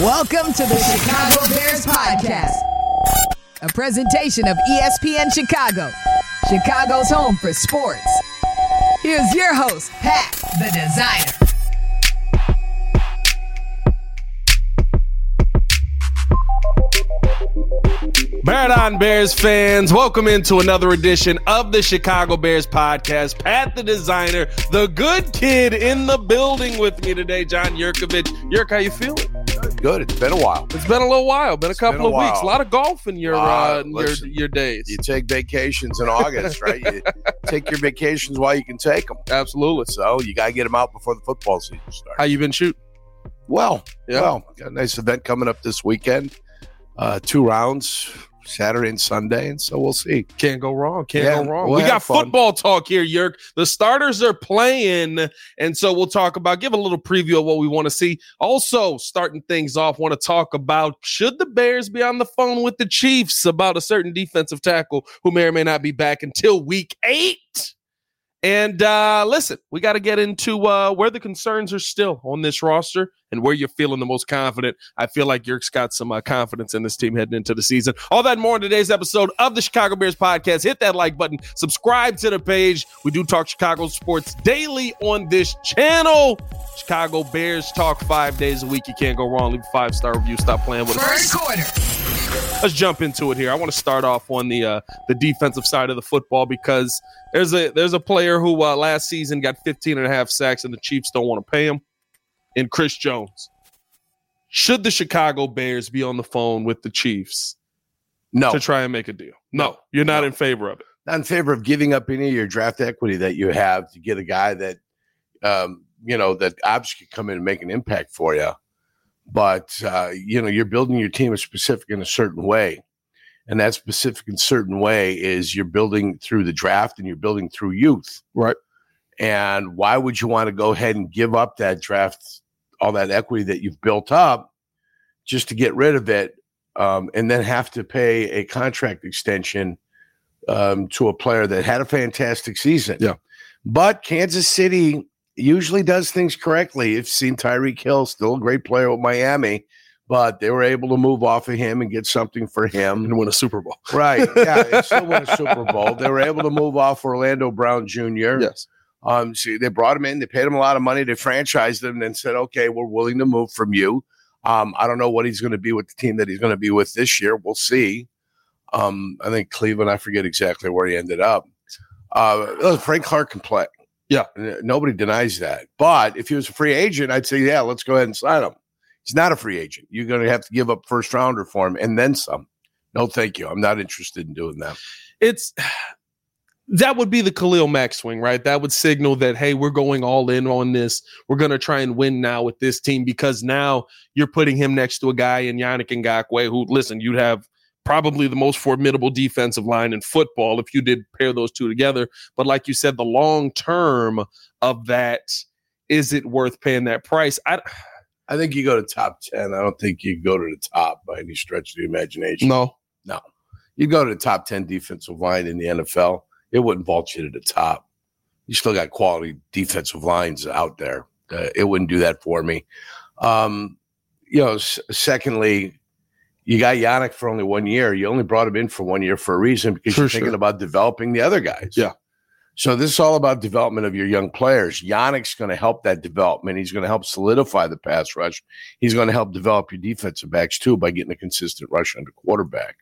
Welcome to the Chicago Bears Podcast, a presentation of E ESPN Chicago, Chicago's home for sports. Here's your host, Pat the Designer. Barrett on Bears fans, welcome into another edition of the Chicago Bears podcast. Pat the designer, the good kid in the building with me today, John Yurkovich. Yurk, how you feeling? Good. It's been a while. It's been a little while, been a couple been a of weeks. A while. lot of golf in your Ah, uh, in your, listen, your days. You take vacations in August, right? You take your vacations while you can take them. Absolutely. So you got to get them out before the football season How starts. you been shooting? Well, Yeah. well, got a nice event coming up this weekend. Uh, two rounds, Saturday and Sunday, and so we'll see. Can't go wrong. Can't Yeah, go wrong. we'll we got have fun. football talk here, Yerk. The starters are playing, and so we'll talk about give a little preview of what we want to see. Also, starting things off, want to talk about should the Bears be on the phone with the Chiefs about a certain defensive tackle who may or may not be back until week eight. And uh, listen, we got to get into uh, where the concerns are still on this roster and where you're feeling the most confident. I feel like Yerk's got some uh, confidence in this team heading into the season. All that and more in today's episode of the Chicago Bears podcast. Hit that like button, subscribe to the page. We do talk Chicago sports daily on this channel. Chicago Bears talk five days a week. You can't go wrong. Leave a five star review. Stop playing with us First quarter. let's jump into it here. I want to start off on the uh, the defensive side of the football because there's a there's a player who uh, last season got 15 and a half sacks and the Chiefs don't want to pay him. And Chris Jones. Should the Chicago Bears be on the phone with the Chiefs No, to try and make a deal? No, you're not in favor of it. not in favor of giving up any of your draft equity that you have to get a guy that, um, you know, that obviously could come in and make an impact for you. But, uh, you know, you're building your team a specific in a certain way. And that specific and certain way is you're building through the draft and you're building through youth. Right. And why would you want to go ahead and give up that draft, all that equity that you've built up just to get rid of it um, and then have to pay a contract extension um, to a player that had a fantastic season. Yeah. But Kansas City usually does things correctly. You've seen Tyreek Hill, still a great player with Miami, but they were able to move off of him and get something for him. And win a Super Bowl. Right. Yeah. They still won a Super Bowl. They were able to move off Orlando Brown Jr. Yes. Um, so they brought him in, they paid him a lot of money, they franchised him, and then said, okay, we're willing to move from you. Um, I don't know what he's going to be with the team that he's going to be with this year. We'll see. Um, I think Cleveland, I forget exactly where he ended up. Uh, look, Frank Clark can play. Yeah. N- Nobody denies that. But if he was a free agent, I'd say, yeah, let's go ahead and sign him. He's not a free agent. You're going to have to give up first rounder for him and then some. No, thank you. I'm not interested in doing that. It's that would be the Khalil Mack swing, right? That would signal that hey, we're going all in on this. We're gonna try and win now with this team because now you're putting him next to a guy in Yannick Ngakwe who, listen, you'd have probably the most formidable defensive line in football if you did pair those two together. But like you said, the long term of that is it worth paying that price? I I think you go to top 10. I don't think you go to the top by any stretch of the imagination. no. You go to the top 10 defensive line in the NFL, it wouldn't vault you to the top. You still got quality defensive lines out there. Uh, it wouldn't do that for me. Um, you know, s- secondly, you got Yannick for only one year. You only brought him in for one year for a reason because For you're sure. thinking about developing the other guys. Yeah. So this is all about development of your young players. Yannick's going to help that development. He's going to help solidify the pass rush. He's going to help develop your defensive backs too by getting a consistent rush under quarterback.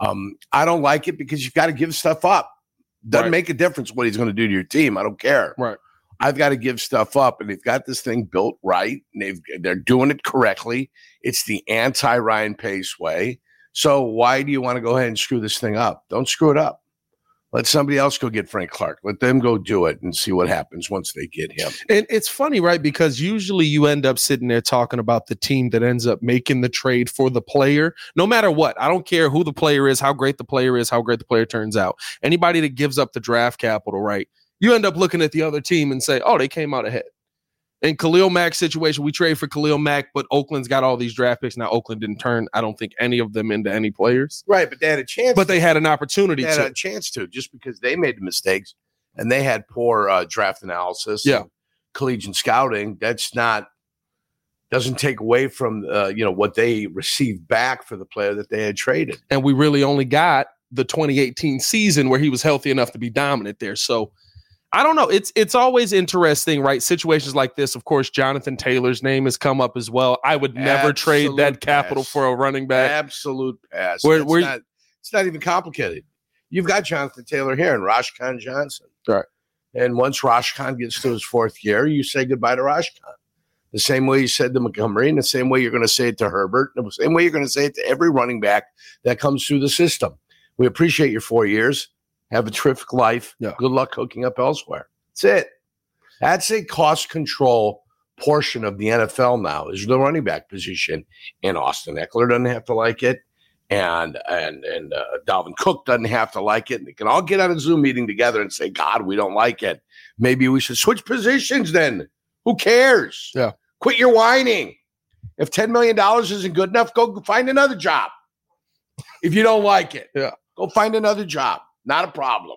Um, I don't like it because you've got to give stuff up. Doesn't Right. make a difference what he's going to do to your team. I don't care. Right. I've got to give stuff up, and they've got this thing built right. And they've they're doing it correctly. It's the anti Ryan Pace way. So why do you want to go ahead and screw this thing up? Don't screw it up. Let somebody else go get Frank Clark. Let them go do it and see what happens once they get him. And it's funny, right? Because usually you end up sitting there talking about the team that ends up making the trade for the player, no matter what. I don't care who the player is, how great the player is, how great the player turns out. Anybody that gives up the draft capital, right? You end up looking at the other team and say, oh, they came out ahead. In Khalil Mack's situation, we trade for Khalil Mack, but Oakland's got all these draft picks. Now, Oakland didn't turn, I don't think, any of them into any players, Right, but they had a chance. but they had an opportunity had to. a chance to just because they made the mistakes and they had poor uh, draft analysis, Yeah. and collegiate scouting. That's not doesn't take away from uh, you know what they received back for the player that they had traded. And we really only got the 2018 season where he was healthy enough to be dominant there. So I don't know. It's it's always interesting, right? Situations like this. Of course, Jonathan Taylor's name has come up as well. I would never trade that Absolute capital pass. for a running back. Absolute pass. Where- it's, where- not, it's not even complicated. You've got Jonathan Taylor here and Rosh Khan Johnson. Right. And once Rosh Khan gets to his fourth year, you say goodbye to Rosh Khan. The same way you said to Montgomery, and the same way you're going to say it to Herbert, and the same way you're going to say it to every running back that comes through the system. We appreciate your four years. Have a terrific life. Yeah. Good luck hooking up elsewhere. That's it. That's a cost control portion of the NFL now is the running back position. And Austin Eckler doesn't have to like it. And and and uh, Dalvin Cook doesn't have to like it. And they can all get on a Zoom meeting together and say, "God, we don't like it. Maybe we should switch positions." Then who cares? Yeah. Quit your whining. If ten million dollars isn't good enough, go find another job. If you don't like it, Yeah. go find another job. Not a problem.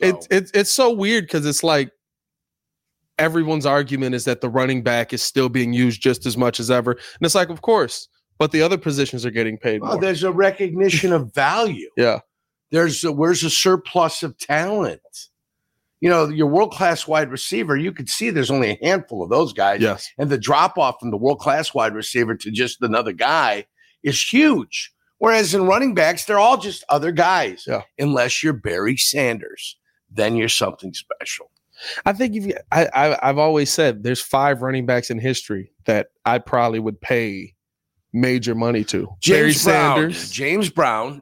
It's So- it's it's so weird because it's like everyone's argument is that the running back is still being used just as much as ever, and it's like, of course, but the other positions are getting paid Well, more. there's a recognition of value. Yeah. There's a, where's a surplus of talent. You know, your world class wide receiver, you could see there's only a handful of those guys. Yes, And the drop off from the world class wide receiver to just another guy is huge. Whereas in running backs, they're all just other guys. Yeah. Unless you're Barry Sanders, then you're something special. I think if you, I, I I've always said there's five running backs in history that I probably would pay major money to. Barry Brown, Sanders, James Brown,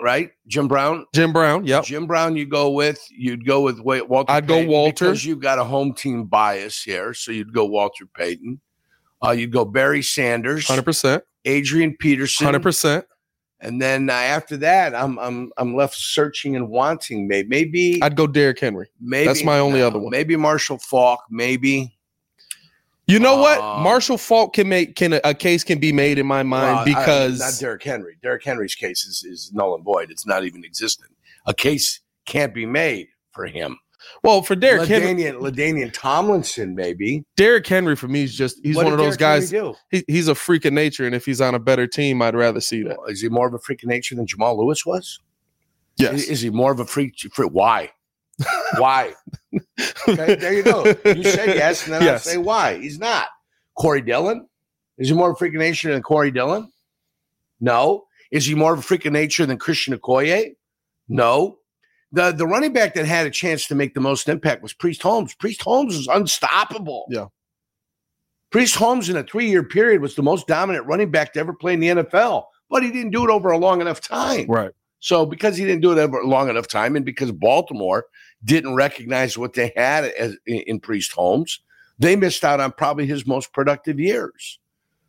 right? Jim Brown, Jim Brown. Yep. Jim Brown, you go with. You'd go with Wa- Walter. I'd go Payton Walter. because you've got a home team bias here, so you'd go Walter Payton. Uh, you'd go Barry Sanders, Hundred percent, Adrian Peterson, hundred percent. and then uh, after that, I'm I'm I'm left searching and wanting. Maybe maybe I'd go Derrick Henry. maybe that's my only other one. Maybe Marshall Falk. Maybe You know what? Um, Marshall Falk can make can a, a case can be made in my mind Well, I- because not Derrick Henry. Derrick Henry's case is, is null and void. It's not even existent. A case can't be made for him. well for Derrick Henry, Ladainian, Ladainian Tomlinson, maybe. Derrick Henry for me is just he's What one did of those Derrick Henry guys. do? He, he's a freak of nature, and if he's on a better team, I'd rather see that. Well, Is he more of a freak of nature than Jamal Lewis was? Yes, Is, is he more of a freak? freak why? Why? Okay, there you go. You said yes, and then Yes. I say why. He's not. Corey Dillon? Is he more of a freak of nature than Corey Dillon? No. Is he more of a freak of nature than Christian Okoye? No. The the running back that had a chance to make the most impact was Priest Holmes. Priest Holmes was unstoppable. Yeah. Priest Holmes in a three year period was the most dominant running back to ever play in the NFL, but he didn't do it over a long enough time. right. So because he didn't do it over long enough time, and because Baltimore didn't recognize what they had as in, in Priest Holmes, they missed out on probably his most productive years.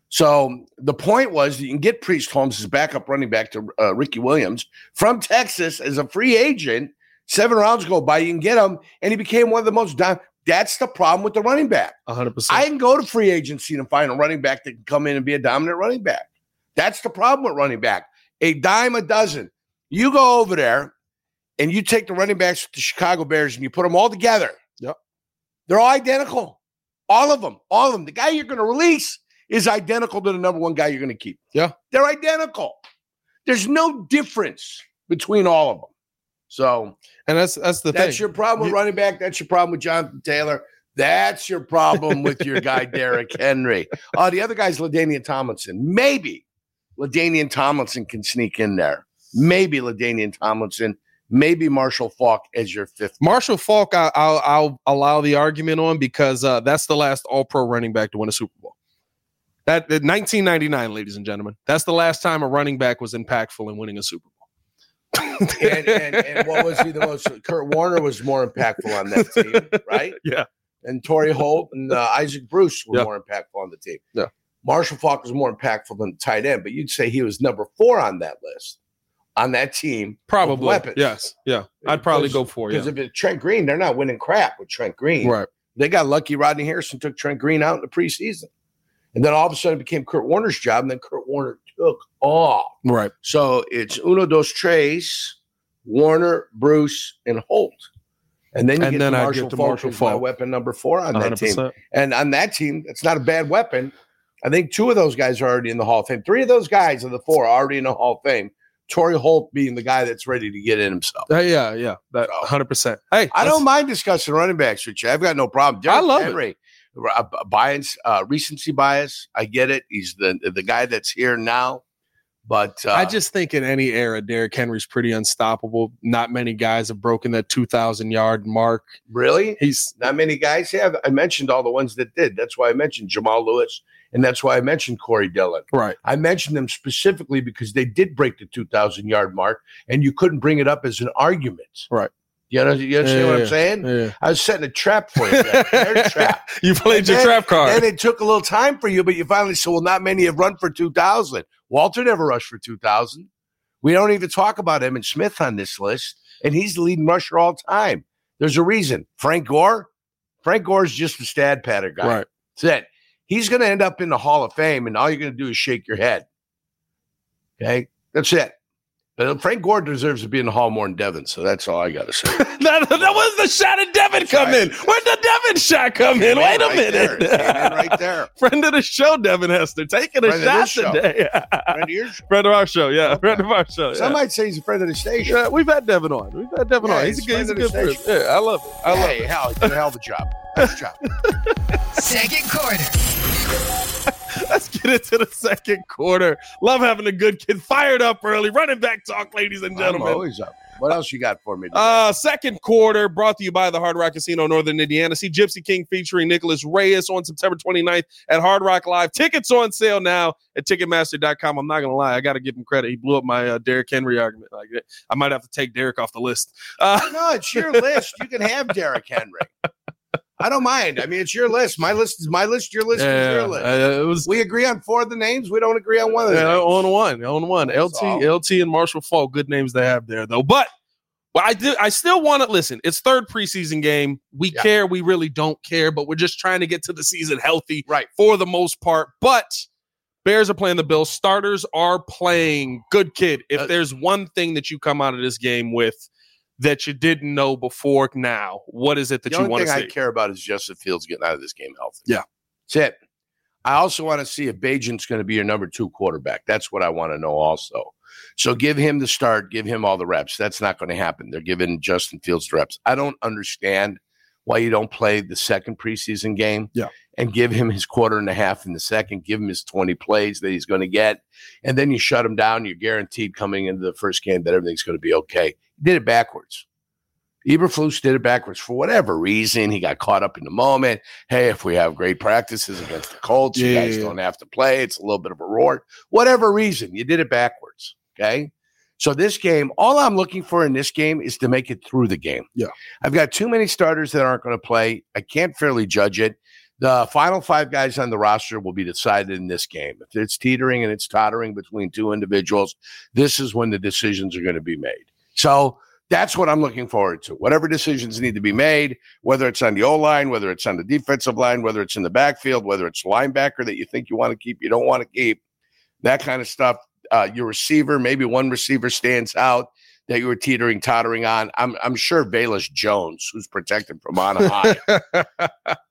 So the point was that you can get Priest Holmes as backup running back to uh, Ricky Williams from Texas as a free agent. Seven rounds go by, you can get him, and he became one of the most. Down- That's the problem with the running back. hundred percent. I can go to free agency and find a running back that can come in and be a dominant running back. That's the problem with running back. A dime a dozen. You go over there and you take the running backs with the Chicago Bears and you put them all together. Yep. They're all identical. All of them. All of them. The guy you're going to release is identical to the number one guy you're going to keep. Yeah. They're identical. There's no difference between all of them. So And that's that's the that's thing. your problem with You- running back. That's your problem with Jonathan Taylor. That's your problem with your guy Derrick Henry. Uh, the other guy's Ladainian Tomlinson. Maybe Ladainian Tomlinson can sneak in there. Maybe Ladainian Tomlinson. Maybe Marshall Falk as your fifth. Marshall Falk, I, I'll, I'll allow the argument on because uh, that's the last All Pro running back to win a Super Bowl. That, that 1999, ladies and gentlemen, that's the last time a running back was impactful in winning a Super Bowl. And, and, and what was he the most? Kurt Warner was more impactful on that team, right? Yeah. And Torrey Holt and uh, Isaac Bruce were Yeah. more impactful on the team. Yeah. Marshall Falk was more impactful than tight end, but you'd say he was number four on that list, on that team. Probably. weapons. Yes. Yeah. I'd probably Because- go for Because Oh, yeah. if it's Trent Green, they're not winning crap with Trent Green. Right. They got lucky. Rodney Harrison took Trent Green out in the preseason. And then all of a sudden it became Kurt Warner's job. And then Kurt Warner took off. Right. So it's uno, dos, tres, Warner, Bruce, and Holt. And then you And get then to I Marshall get to Falk, Marshall who's my Falk. weapon number four on that team. 100%. And on that team, it's not a bad weapon. I think two of those guys are already in the Hall of Fame. Three of those guys of the four are already in the Hall of Fame. Torrey Holt being the guy that's ready to get in himself. Uh, yeah, yeah, that hundred percent. Hey, I that's- don't mind discussing running backs with you. I've got no problem. I love it. Henry, uh, b- bias, uh, recency bias. I get it. He's the the guy that's here now, but uh, I just think in any era, Derrick Henry's pretty unstoppable. Not many guys have broken that two thousand yard mark. really He's not many guys have. I mentioned all the ones that did. That's why I mentioned Jamal Lewis, and that's why I mentioned Corey Dillon. right. I mentioned them specifically because they did break the 2,000 yard mark, and you couldn't bring it up as an argument. Right. You, know, you understand Yeah, what yeah. I'm saying? Yeah. I was setting a trap for you. Jack. Their trap. you played your then- trap And card. it took a little time for you, but you finally said, well, not many have run for 2,000. Walter never rushed for 2,000. We don't even talk about Emmett Smith on this list, and he's the leading rusher all time. There's a reason. Frank Gore? Frank Gore's just a stat pattern guy. Right. That's it. He's going to end up in the Hall of Fame, and all you're going to do is shake your head. Okay, that's it. But Frank Gore deserves to be in the Hall more than Devin, so that's all I got to say. that, that was the shot of Devin That's come right. in. Where'd the Devin shot come in? Came Wait a right minute. there. Came in right there. Friend of the show, Devin Hester, taking a Friend of shot this show. today. Friend of your show. friend of our show, yeah. Okay. Friend of our show. Yeah. Some might say he's a friend of the station. Yeah, we've had Devin on. We've had Devin Yeah, on. He's, he's a good, he's a friend of good the person. station. Yeah, I love it. I love hey, it. hell, he did a hell of a job. Nice job. Second quarter. Let's get into the second quarter. Love having a good kid fired up early. Running back talk, ladies and I'm gentlemen. always up. What else you got for me? today? Uh, second quarter brought to you by the Hard Rock Casino, Northern Indiana. See Gypsy King featuring Nicholas Reyes on September 29th at Hard Rock Live. Tickets on sale now at Ticketmaster.com. I'm not gonna lie, I gotta give him credit. He blew up my uh, Derrick Henry argument. Like, I might have to take Derrick off the list. Uh, no, it's your list. You can have Derrick Henry. I don't mind. I mean, it's your list. My list is my list. Your list yeah, is your list. uh, it was we agree on four of the names. We don't agree on one of the Yeah, names. on one, on one. That's LT, all. LT, and Marshall Falk. Good names they have there, though. But well, I do. I still want to listen. It's third preseason game. We Yeah. care. We really don't care. But we're just trying to get to the season healthy, Right. For the most part. But Bears are playing the Bills. Starters are playing. Good kid. If Uh, there's one thing that you come out of this game with that you didn't know before now, what is it that the you only want to thing I see? care about is Justin Fields getting out of this game healthy. Yeah. That's it. I also want to see if Bajan's going to be your number two quarterback. That's what I want to know also. So give him the start, give him all the reps. That's not going to happen. They're giving Justin Fields the reps. I don't understand why you don't play the second preseason game Yeah. and give him his quarter and a half in the second, give him his 20 plays that he's going to get, and then you shut him down. You're guaranteed coming into the first game that everything's going to be okay. He did it backwards. Eberflus did it backwards for whatever reason. He got caught up in the moment. Hey, if we have great practices against the Colts, you Yeah, guys yeah, yeah. don't have to play. It's a little bit of a roar. Whatever reason, you did it backwards. Okay. So this game, all I'm looking for in this game is to make it through the game. Yeah. I've got too many starters that aren't going to play. I can't fairly judge it. The final five guys on the roster will be decided in this game. If it's teetering and it's tottering between two individuals, this is when the decisions are going to be made. So that's what I'm looking forward to. Whatever decisions need to be made, whether it's on the O line, whether it's on the defensive line, whether it's in the backfield, whether it's linebacker that you think you want to keep, you don't want to keep, that kind of stuff. Uh, your receiver, maybe one receiver stands out that you were teetering, tottering on. I'm, I'm sure Bayless Jones, who's protected from on high,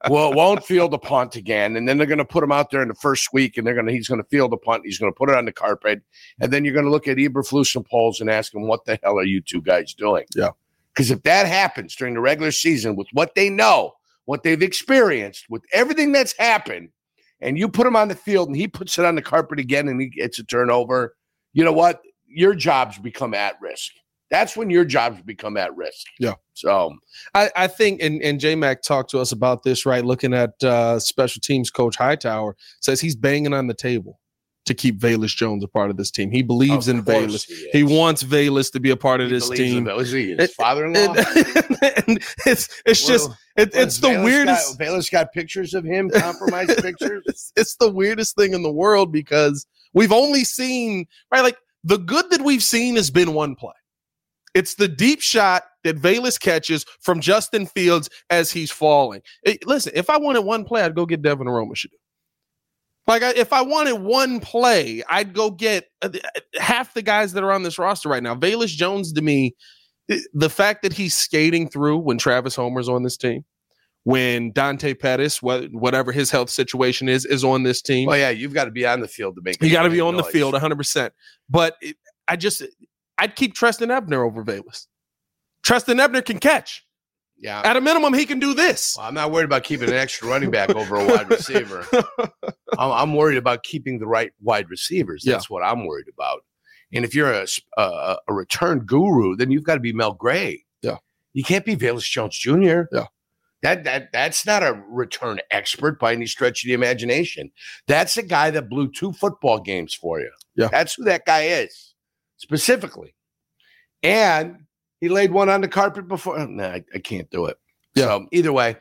well, won't field a punt again, and then they're going to put him out there in the first week, and they're going to he's going to field a punt, he's going to put it on the carpet, and then you're going to look at Eberflus and Poles and ask him, "What the hell are you two guys doing?" Yeah. because if that happens during the regular season with what they know, what they've experienced, with everything that's happened, and you put him on the field and he puts it on the carpet again and he gets a turnover, you know what? Your jobs become at risk. That's when your jobs become at risk. Yeah. So I, I think, and, and J Mac talked to us about this, right? Looking at uh, special teams coach Hightower says he's banging on the table to keep Valus Jones a part of this team. He believes of in course Valus. is. He wants Valus to be a part of He this believes in team. Val- Is he his It- father-in-law? And, and it's it's just Well, it, what, it's the Bayless weirdest Got, Bayless got pictures of him, compromised pictures. it's, it's the weirdest thing in the world because we've only seen right like the good that we've seen has been one play. It's the deep shot that Valus catches from Justin Fields as he's falling. It- listen, if I wanted one play, I'd go get Devin Aromashadu. Like, I, if I wanted one play, I'd go get uh, half the guys that are on this roster right now. Valus Jones, to me, th- the fact that he's skating through when Travis Homer's on this team, when Dante Pettis, wh- whatever his health situation is, is on this team. Well, yeah, you've got to be on the field to make. You got to be make on the noise. field 100%. But it, I just, I'd keep Treston Ebner over Valus. Treston Ebner can catch. Yeah, At a minimum, he can do this. Well, I'm not worried about keeping an extra running back over a wide receiver. I'm, I'm worried about keeping the right wide receivers. That's what I'm worried about. And if you're a, s- a- a return guru, then you've got to be Mel Gray. Yeah. you can't be Valus Jones Jr. Yeah. That, that that's not a return expert by any stretch of the imagination. That's a guy that blew two football games for you. Yeah. That's who that guy is specifically. And he laid one on the carpet before. No, I, I can't do it. Yeah. So either way,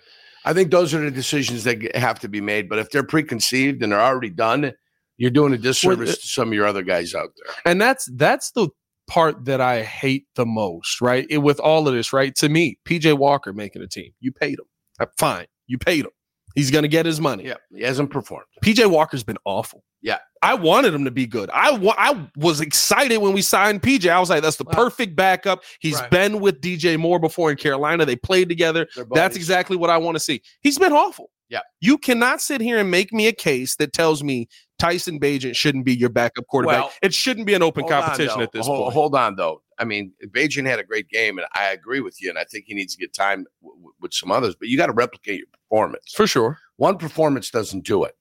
I think those are the decisions that g- have to be made. But if they're preconceived and they're already done, you're doing a disservice Well, to some of your other guys out there. and that's that's the part that I hate the most, right? It, with all of this, right? To me, PJ Walker making a team, you paid him. Uh, Fine, you paid him. He's gonna get his money. Yeah, he hasn't performed. PJ Walker's been awful. Yeah. I wanted him to be good. I wa- I was excited when we signed PJ. I was like, that's the Wow. perfect backup. He's Right. been with DJ Moore before in Carolina. They played together. They're That's buddies. exactly what I want to see. He's been awful. Yeah. You cannot sit here and make me a case that tells me Tyson Bajent shouldn't be your backup quarterback. Well, it shouldn't be an open Hold on, competition though. at this Hold- point. Hold on, though. I mean, Bajan had a great game, and I agree with you. And I think he needs to get time w- w- with some others. But you got to replicate your performance. For sure. one performance doesn't do it.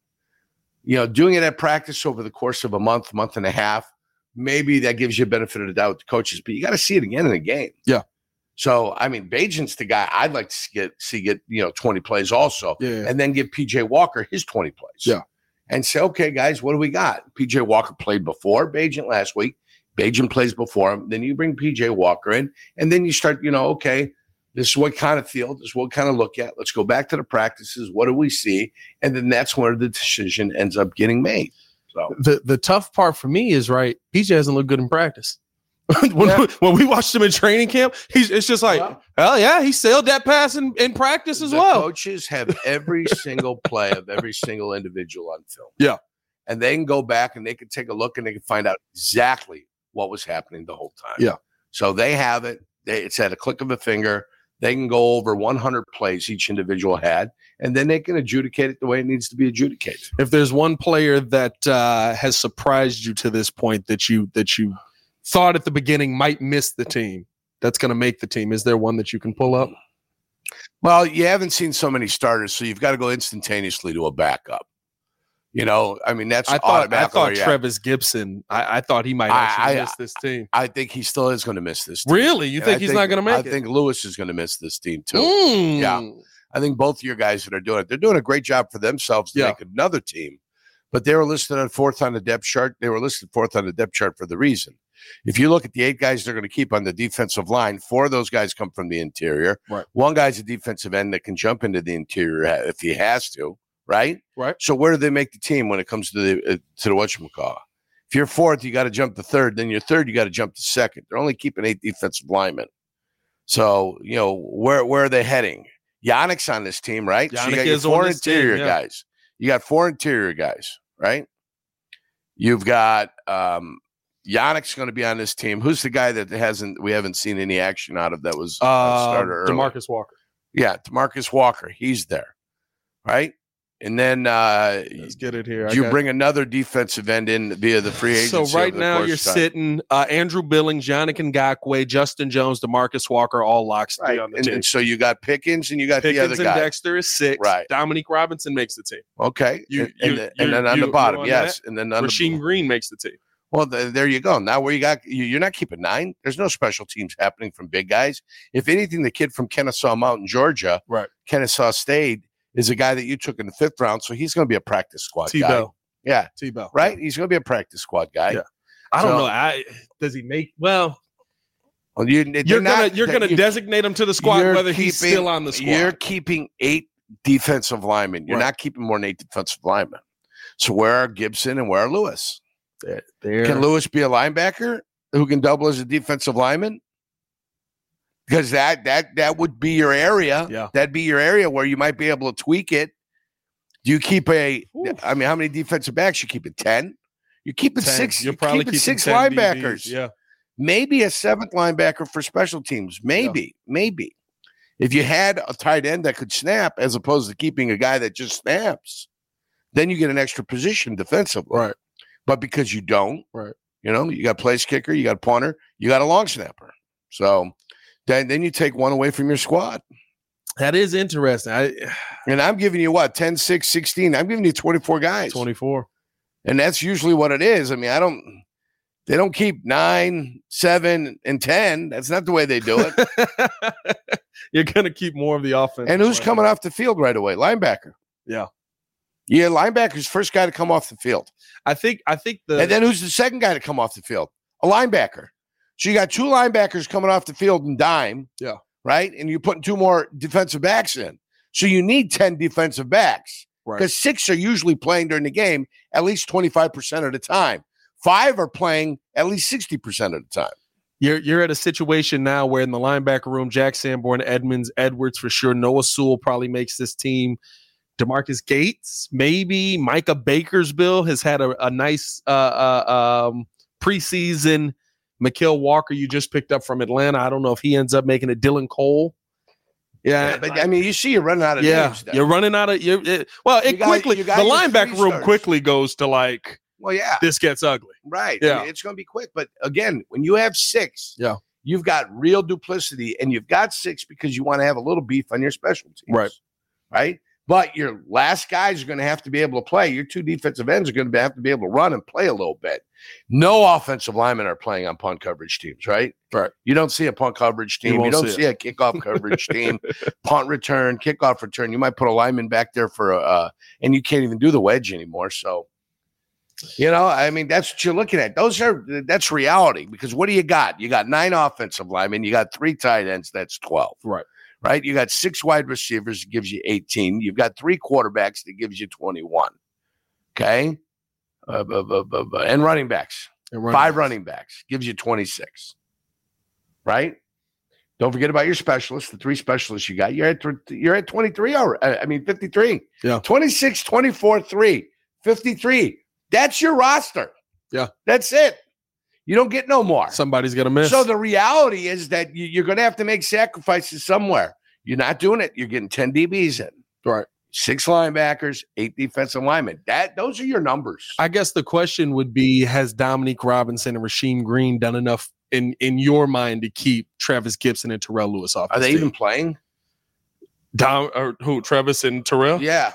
You know, doing it at practice over the course of a month, month and a half, maybe that gives you a benefit of the doubt with the coaches, but you got to see it again in a game. Yeah. So, I mean, Bajan's the guy I'd like to see get, see get you know, 20 plays also, Yeah. and then give PJ Walker his 20 plays. Yeah. And say, okay, guys, what do we got? PJ Walker played before Bajan last week. Bajan plays before him. Then you bring PJ Walker in, and then you start, you know, okay, this is what kind of field, this is what kind of look at. Let's go back to the practices. What do we see? And then that's where the decision ends up getting made. So The the tough part for me is right, PJ hasn't looked good in practice. when, Yeah. when we watched him in training camp, he's it's just like, Well- hell yeah, he sailed that pass in, in practice as the well. coaches have every single play of every single individual on film. Yeah. And they can go back and they can take a look and they can find out exactly what was happening the whole time. Yeah. So they have it. They, it's at a click of a finger. They can go over 100 plays each individual had, and then they can adjudicate it the way it needs to be adjudicated. If there's one player that uh, has surprised you to this point that you that you thought at the beginning might miss the team, that's gonna make the team. Is there one that you can pull up? Well, you haven't seen so many starters, so you've got to go instantaneously to a backup. You know, I mean, that's I thought I automatically thought where you're at. Travis Gibson, I, I thought he might I- actually I- miss this team. I think he still is going to miss this. Team. Really? You And think I he's not gonna make I it? think Lewis is going to miss this team too. Mm. Yeah. I think both of your guys that are doing it, they're doing a great job for themselves to Yeah. make another team. But they were listed on fourth on the depth chart. They were listed fourth on the depth chart for the reason. If you look at the eight guys they're going to keep on the defensive line, four of those guys come from the interior. Right. One guy's a defensive end that can jump into the interior ha- if he has to. Right. Right. So where do they make the team when it comes to the uh, to the whatchamacallit? If you're fourth, you got to jump to third. Then you're third, you got to jump to second. They're only keeping eight defensive linemen. So you know where where are they heading? Yannick's on this team, right? so Yannick you got your is on four this team, interior yeah. guys. You got four interior guys, right? You've got um Yannick's going to be on this team. Who's the guy that hasn't we haven't seen any action out of that was a Uh, starter early? Demarcus Walker. Yeah, Demarcus Walker. He's there, right? And then uh, Let's get it here. I you got- bring another defensive end in via the free agency. So right over the now course you're of time. sitting uh, Andrew Billings, Yannick Ngakwe, Justin Jones, Demarcus Walker, all locks to be right, on the and, team. and so you got Pickens and you got the Pickens other and guy. Dexter is six. Right. Dominique Robinson makes the team. Okay, You- and, and you- the- you- and then on you- the you bottom, on yes, and then on Rasheem the Green makes the team. well, th- there you go. Now where you got you, you're not keeping nine. There's no special teams happening from big guys. If anything, the kid from Kennesaw Mountain, Georgia, Right. Kennesaw State, is a guy that you took in the fifth round, so he's going to be a practice squad guy, Tebow. Yeah. Tebow. right? He's going to be a practice squad guy. Yeah. I don't So- know. I does he make well Well, you, they're you're gonna not- you're they- gonna you- designate him to the squad you're whether he's keeping- still on the squad. You're keeping eight defensive linemen. You're Right. not keeping more than eight defensive linemen. So where are Gibson and where are Lewis? Can Lewis be a linebacker who can double as a defensive lineman? Because that that that would be your area. Yeah. That'd be your area where you might be able to tweak it. Do you keep a? I Oof. mean, how many defensive backs you keeping? Ten. You're keeping Ten. six. You're You're, probably keeping, keeping six 10 DBs. linebackers. Yeah. Maybe a seventh linebacker for special teams. Maybe. Maybe. If you had a tight end that could snap as opposed to keeping a guy that just snaps, then you get an extra position defensively. Right. But because you don't, Right. You know, you got place kicker, you got punter, you got a long snapper. So then then you take one away from your squad. That is interesting. I, And I'm giving you what, 10, 6, 16. I'm giving you 24 guys. 24. And that's usually what it is. I mean, I don't they don't keep nine, seven, and ten. That's not the way they do it. You're going to keep more of the offense. and who's coming off the field right away? Linebacker. Yeah. Yeah, linebacker's first guy to come off the field. I think, I think the, And then who's the second guy to come off the field? A linebacker. So you got two linebackers coming off the field and dime. Yeah. Right. And you're putting two more defensive backs in. So you need 10 defensive backs Right. because six are usually playing during the game at least 25% of the time. Five are playing at least 60% of the time. You're you're at a situation now where in the linebacker room, Jack Sanborn, Edmonds, Edwards for sure. Noah Sewell probably makes this team. Demarcus Gates, maybe Micah Bakersville has had a, a nice uh, uh, um, preseason. Mikhail Walker, you just picked up from Atlanta. I don't know if he ends up making it. Dylan Cole. Yeah, But I mean, you see, you're running out of Uh, yeah, names. now. you're running out of you. It, well, it You got- quickly you the got your linebacker three room stars. quickly goes to like Well, yeah. this gets ugly. Right. Yeah. I mean, It's going to be quick. But again, when you have six, Yeah. you've got real duplicity and you've got six because you want to have a little beef on your special teams. Right. Right. But your last guys are going to have to be able to play. Your two defensive ends are going to have to be able to run and play a little bit. No offensive linemen are playing on punt coverage teams, right? Right. You don't see a punt coverage You team. You, won't don't see it. see a kickoff coverage team, punt return, kickoff return. You might put a lineman back there for a, uh, and you can't even do the wedge anymore. So, you know, I mean, that's what you're looking at. Those are that's reality because what do you got? You got nine offensive linemen, you got three tight ends, that's 12. Right. Right. You got six wide receivers, that gives you 18. You've got three quarterbacks, that gives you 21. Okay. Uh, bu- bu- bu- bu- and running backs, five running backs, gives you 26. Right. Don't forget about your specialists, the three specialists you got. You're at, th- you're at 23 already. I I mean, 53. Yeah. 26, 24, 3, 53. That's your roster. Yeah. That's it. You don't get no more. Somebody's gonna miss. So the reality is that you, you're going to have to make sacrifices somewhere. You're not doing it. You're getting 10 DBs in. Right. Six linebackers, eight defensive linemen. That those are your numbers. I guess the question would be: Has Dominique Robinson and Rasheem Green done enough in in your mind to keep Travis Gibson and Terrell Lewis off? are this they team? even playing? Dom or who? Travis and Terrell? Yeah.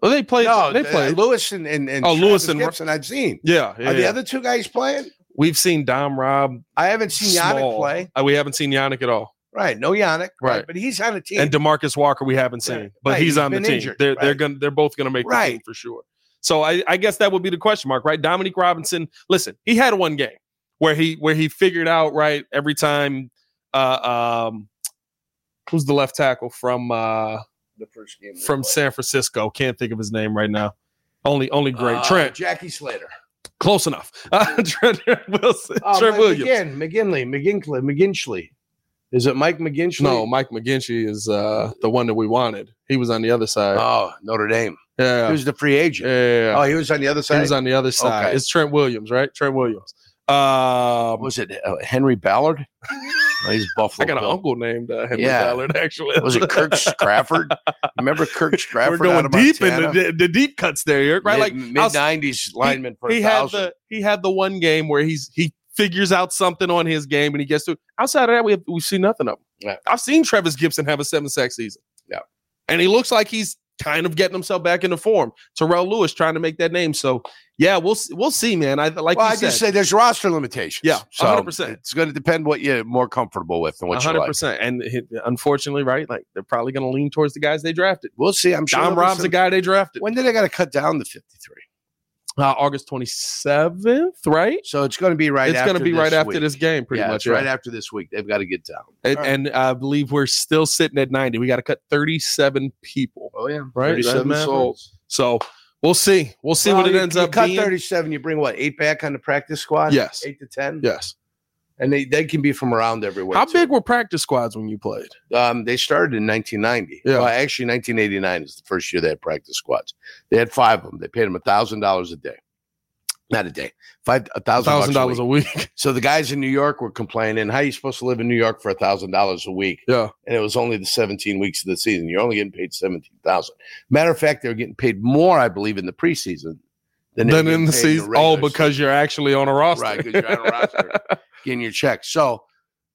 Well, they play. no, they play. Lewis and and, and Oh, Lewis Travis and- Gibson. I've seen. yeah, yeah, Are the yeah. other two guys playing? We've seen Dom Rob. I haven't seen Yannick Small. play. Uh, We haven't seen Yannick at all, Right. No Yannick. Right. But he's on a team. and Demarcus Walker we haven't seen, Right, but right, he's he's on the been team. injured, they're they're right. gonna they're both gonna make the team Right. for sure. So I, I guess that would be the question mark, right? Dominique Robinson. Listen, he had one game where he where he figured out right every time. Uh, um, who's the left tackle from? uh the first game they from played. San Francisco. Can't think of his name right now. Only, only great Uh, Trent. Jackie Slater. Close enough. Uh, Trent Wilson. Oh, Trent Mike Williams. McGinn, McGinley, McGinchley, McGinchley. Is it Mike McGinchley? No, Mike McGinchy is uh, the one that we wanted. He was on the other side. Oh, Notre Dame. He yeah, was the free yeah. agent. yeah. Oh, he was on the other side. he was on the other side. Okay. It's Trent Williams, right? Trent Williams. Um, was it uh, Henry Ballard? No, he's Buffalo. I got an Bill. uncle named uh, Henry Yeah. Ballard. Actually, Was it Kirk Strafford? Remember Kirk Strafford? We're going out of deep in the, Montana? the deep cuts there, Eric. Right, like mid I'll- nineties lineman for he a had thousand. the he had the one game where he's he figures out something on his game and he gets to outside of that we have we've seen nothing of him. Yeah. I've seen Travis Gibson have a seven sack season. Yeah. And he looks like he's kind of getting himself back into form. Terrell Lewis trying to make that name. So yeah, we'll s- we'll see, man. I like well, you I said, just say there's roster limitations. Yeah, so 100%. It's going to depend what you're more comfortable with and what you hundred like. percent. And he- unfortunately, right, like they're probably going to lean towards the guys they drafted. We'll see. I'm sure. Dom there'll be Rob's some- the guy they drafted When did they got to cut down the 53? uh, August twenty seventh, right? So it's going to be right. it's going to after be right after week. this game, pretty yeah, much. it's right after this week. They've got to get down. And, All right. and I believe we're still sitting at 90. We got to cut 37 people. Oh yeah, Right, is that 37 math souls. So we'll see. We'll see Well, what it you- ends you up Cut being. 37. You bring what eight back on the practice squad. Yes. eight to ten. Yes. and they, they can be from around everywhere. How too. big were practice squads when you played? Um, they started in 1990. Yeah. Well, actually, 1989 is the first year they had practice squads. They had five of them. They paid them thousand dollars a day. Not a day. Five a thousand thousand dollars dollars a week. So the guys in New York were complaining, "How you supposed to live in New York for a thousand dollars a week?" Yeah. and it was only the 17 weeks of the season. You're only getting paid 17,000. Matter of fact, they were getting paid more, I believe, in the preseason than, they Then were in the getting paid season, regular all because you're actually on a roster. season. right because you're on a roster getting your check. So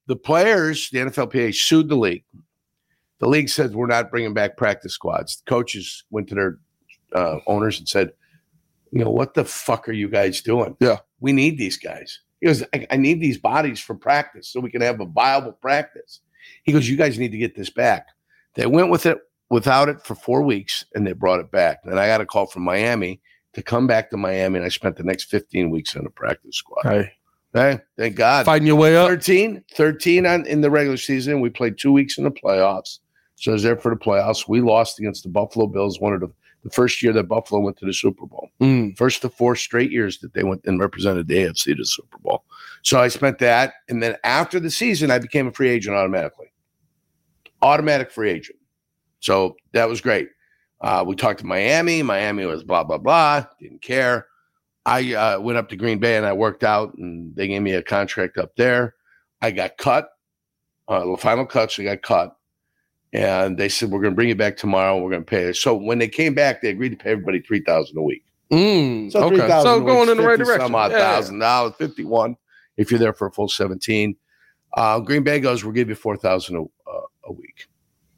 the players, the NFLPA sued the league. The league said we're not bringing back practice squads. The coaches went to their uh, owners and said, "You know what the fuck are you guys doing? Yeah. we need these guys. He goes, I, I need these bodies for practice so we can have a viable practice." He goes, "You guys need to get this back." They went with it without it for four weeks, and they brought it back. And I got a call from Miami to come back to Miami, and I spent the next fifteen weeks on a practice squad. Hey, Hey, thank God. fighting your way up. 13 13 on, in the regular season we played two weeks in the playoffs so i was there for the playoffs we lost against the buffalo bills one of the, the first year that buffalo went to the super bowl Mm. first of four straight years that they went and represented the afc to the super bowl so i spent that and then after the season i became a free agent automatically automatic free agent so that was great uh, we talked to miami miami was blah blah blah didn't care i uh, went up to green bay and i worked out and they gave me a contract up there I got cut. Uh, the final cuts, I got cut. And they said, we're going to bring you back tomorrow. We're going to pay. So when they came back, they agreed to pay everybody 3000 a week. Mm. So okay. 3000 So a going week's in the right 50 direction. Some odd Yeah. thousand dollars, 51 if you're there for a full 17. Uh, Green Bay goes, we'll give you 4000 a, uh, a week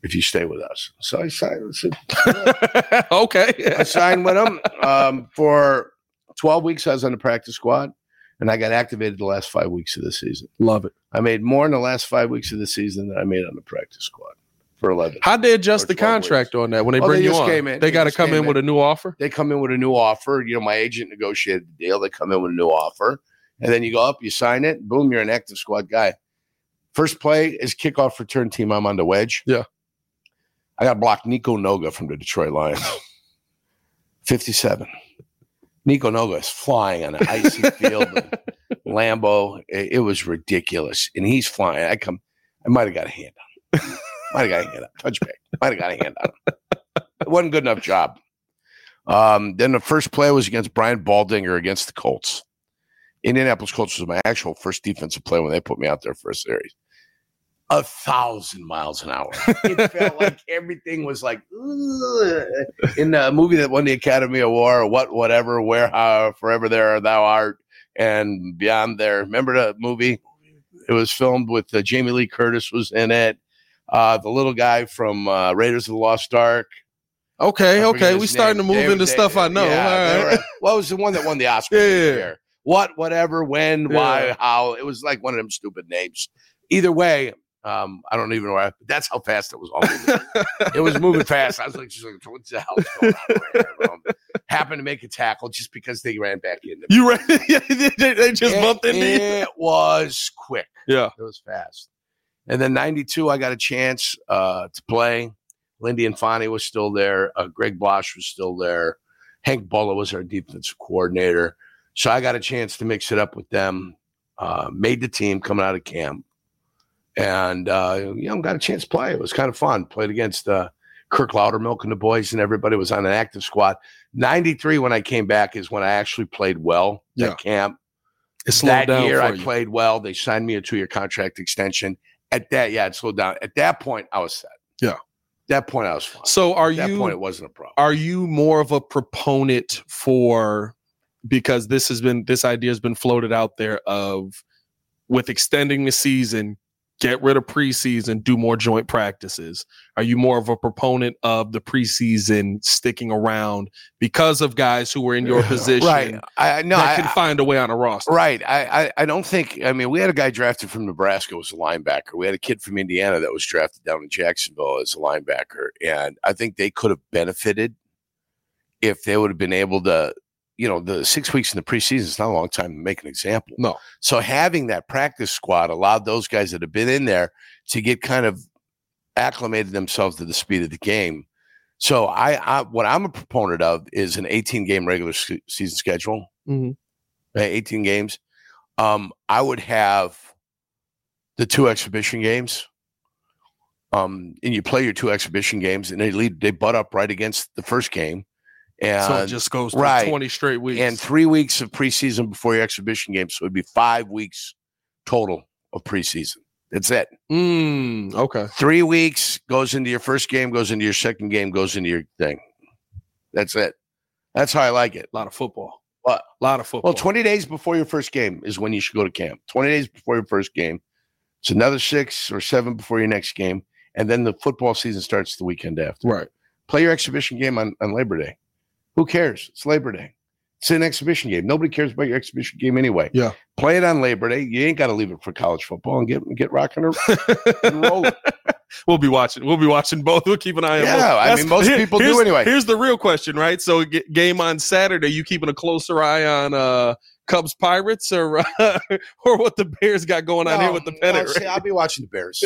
if you stay with us. So I signed, I said, I okay. signed with them um, for 12 weeks. I was on the practice squad and I got activated the last five weeks of the season. Love it. I made more in the last five weeks of the season than I made on the practice squad for 11. How'd they adjust the Or 12 contract on that when they Oh, bring they you just on? came in. They They got to just come came in with a new offer. They come in with a new offer. You know, my agent negotiated the deal. They come in with a new offer. And then you go up, you sign it, boom, you're an active squad guy. First play is kickoff return team. I'm on the wedge. Yeah. I got blocked Nico Noga from the Detroit Lions. 57. Nico Noga is flying on an icy field. with Lambo. It, it was ridiculous. And he's flying. I come, I might have got a hand on him. Might have got a hand on him. Touchback. Might have got a hand on him. It wasn't a good enough job. Um, then the first play was against Brian Baldinger against the Colts. Indianapolis Colts was my actual first defensive play when they put me out there for a series. A thousand miles an hour. It felt like everything was like "Ugh." in the movie that won the Academy Award, what, whatever, where, how, forever there thou art, and beyond there. Remember the movie? It was filmed with uh, Jamie Lee Curtis was in it. Uh, the little guy from uh, Raiders of the Lost Ark. Okay. I forget Okay. his We starting to name. move They- into they- stuff I know. yeah, they All right. were- what was the one that won the Oscar? Yeah, this yeah, yeah. year? What, whatever, when, Yeah. why, how? It was like one of them stupid names. Either way, um, I don't even know. Where I, that's how fast it was. All moving. it was moving fast. I was like, just like, what the hell? Going on over here? Um, happened to make a tackle just because they ran back into me. You ready? they they just bumped it, into you. it was quick. Yeah. It was fast. And then 92, I got a chance uh, to play. Lindy Infante was still there. Uh, Greg Bosch was still there. Hank Bulla was our defensive coordinator. So I got a chance to mix it up with them. Uh, made the team coming out of camp. And, uh, you know, got a chance to play. It was kind of fun. Played against uh, Kirk Loudermilk and the boys, and everybody was on an active squad. 93, when I came back, is when I actually played well Yeah. at camp It slowed that down year for I you. played well. They signed me a two-year contract extension. At that, yeah, it slowed down. At that point, I was set. Yeah. that point I was fine. So are At that you point, it wasn't a problem. are you more of a proponent for because this has been this idea has been floated out there of with extending the season get rid of preseason do more joint practices are you more of a proponent of the preseason sticking around because of guys who were in your position right? I I- no, that I, can find a way on a roster Right. I, I I don't think. I mean, we had a guy drafted from Nebraska who was a linebacker. We had a kid from Indiana that was drafted down in Jacksonville as a linebacker, and I think they could have benefited if they would have been able to. You know, the six weeks in the preseason is not a long time to make an example. No. So having that practice squad allowed those guys that have been in there to get kind of acclimated themselves to the speed of the game. So I, I what I'm a proponent of is an 18 game regular se- season schedule Mhm. uh, 18 games. Um, I would have the two exhibition games. Um, and you play your two exhibition games, and they lead, they butt up right against the first game, And so it just goes through right. 20 straight weeks. and three weeks of preseason before your exhibition game. So it'd be five weeks total of preseason. That's it. Mm, okay. Three weeks goes into your first game, goes into your second game, goes into your thing. That's it. That's how I like it. A lot of football. What? A lot of football. Well, 20 days before your first game is when you should go to camp. 20 days before your first game. It's another six or seven before your next game. And then the football season starts the weekend after. right. Play your exhibition game on, on Labor Day. Who cares? It's Labor Day. It's an exhibition game. Nobody cares about your exhibition game anyway. Yeah. Play it on Labor Day. You ain't got to leave it for college football and get get rocking or and rolling. we'll be watching. We'll be watching both. We'll keep an eye on both. Yeah, I mean, most people do here's- anyway. Here's the real question, right? So, g- game on Saturday, you keeping a closer eye on uh, Cubs Pirates or uh, or what the Bears got going on here No, with the well, pennant? see, I'll be watching the Bears,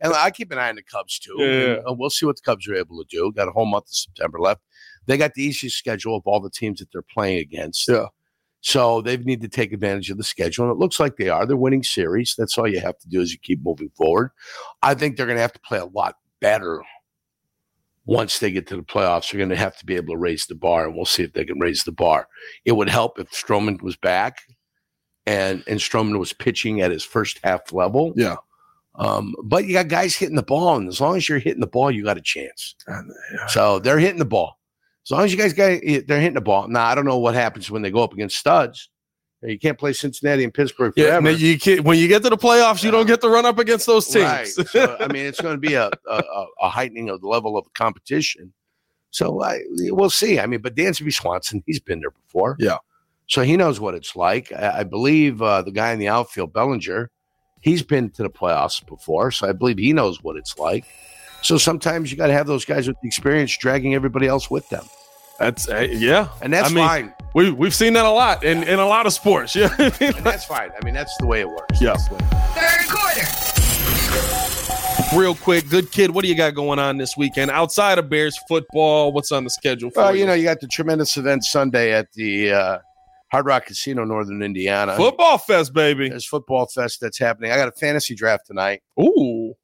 and I keep an eye on the Cubs too. Yeah. And, uh, we'll see what the Cubs are able to do. Got a whole month of September left. They got the easiest schedule of all the teams that they're playing against. Yeah. So they need to take advantage of the schedule, and it looks like they are. They're winning series. That's all you have to do is you keep moving forward. I think they're going to have to play a lot better once they get to the playoffs. They're going to have to be able to raise the bar, and we'll see if they can raise the bar. It would help if Stroman was back and and Stroman was pitching at his first half level. Yeah. Um, but you got guys hitting the ball, and as long as you're hitting the ball, you got a chance. And, So they're hitting the ball. As long as you guys got eh, they're hitting the ball. Now I don't know what happens when they go up against studs. You can't play Cincinnati and Pittsburgh Yeah, forever. man, you can't- when you get to the playoffs, you don't get to run up against those teams. Right. So, I mean, it's going to be a, a- a a heightening of the level of competition. So I we'll see. I mean, but Dansby Swanson, he's been there before. Yeah. So he knows what it's like. I, I believe uh, the guy in the outfield, Bellinger, he's been to the playoffs before, so I believe he knows what it's like. So sometimes you got to have those guys with the experience dragging everybody else with them, That's uh, yeah. and that's I mean, fine. We we've seen that a lot in in a lot of sports. Yeah. And that's fine. I mean, that's the way it works. Yeah. That's the way it works. Third quarter. Real quick, good kid, what do you got going on this weekend outside of Bears football? What's on the schedule? For Well, you know, you got the tremendous event Sunday at the uh, Hard Rock Casino, Northern Indiana. football fest, baby. There's football fest that's happening. I got a fantasy draft tonight. Ooh.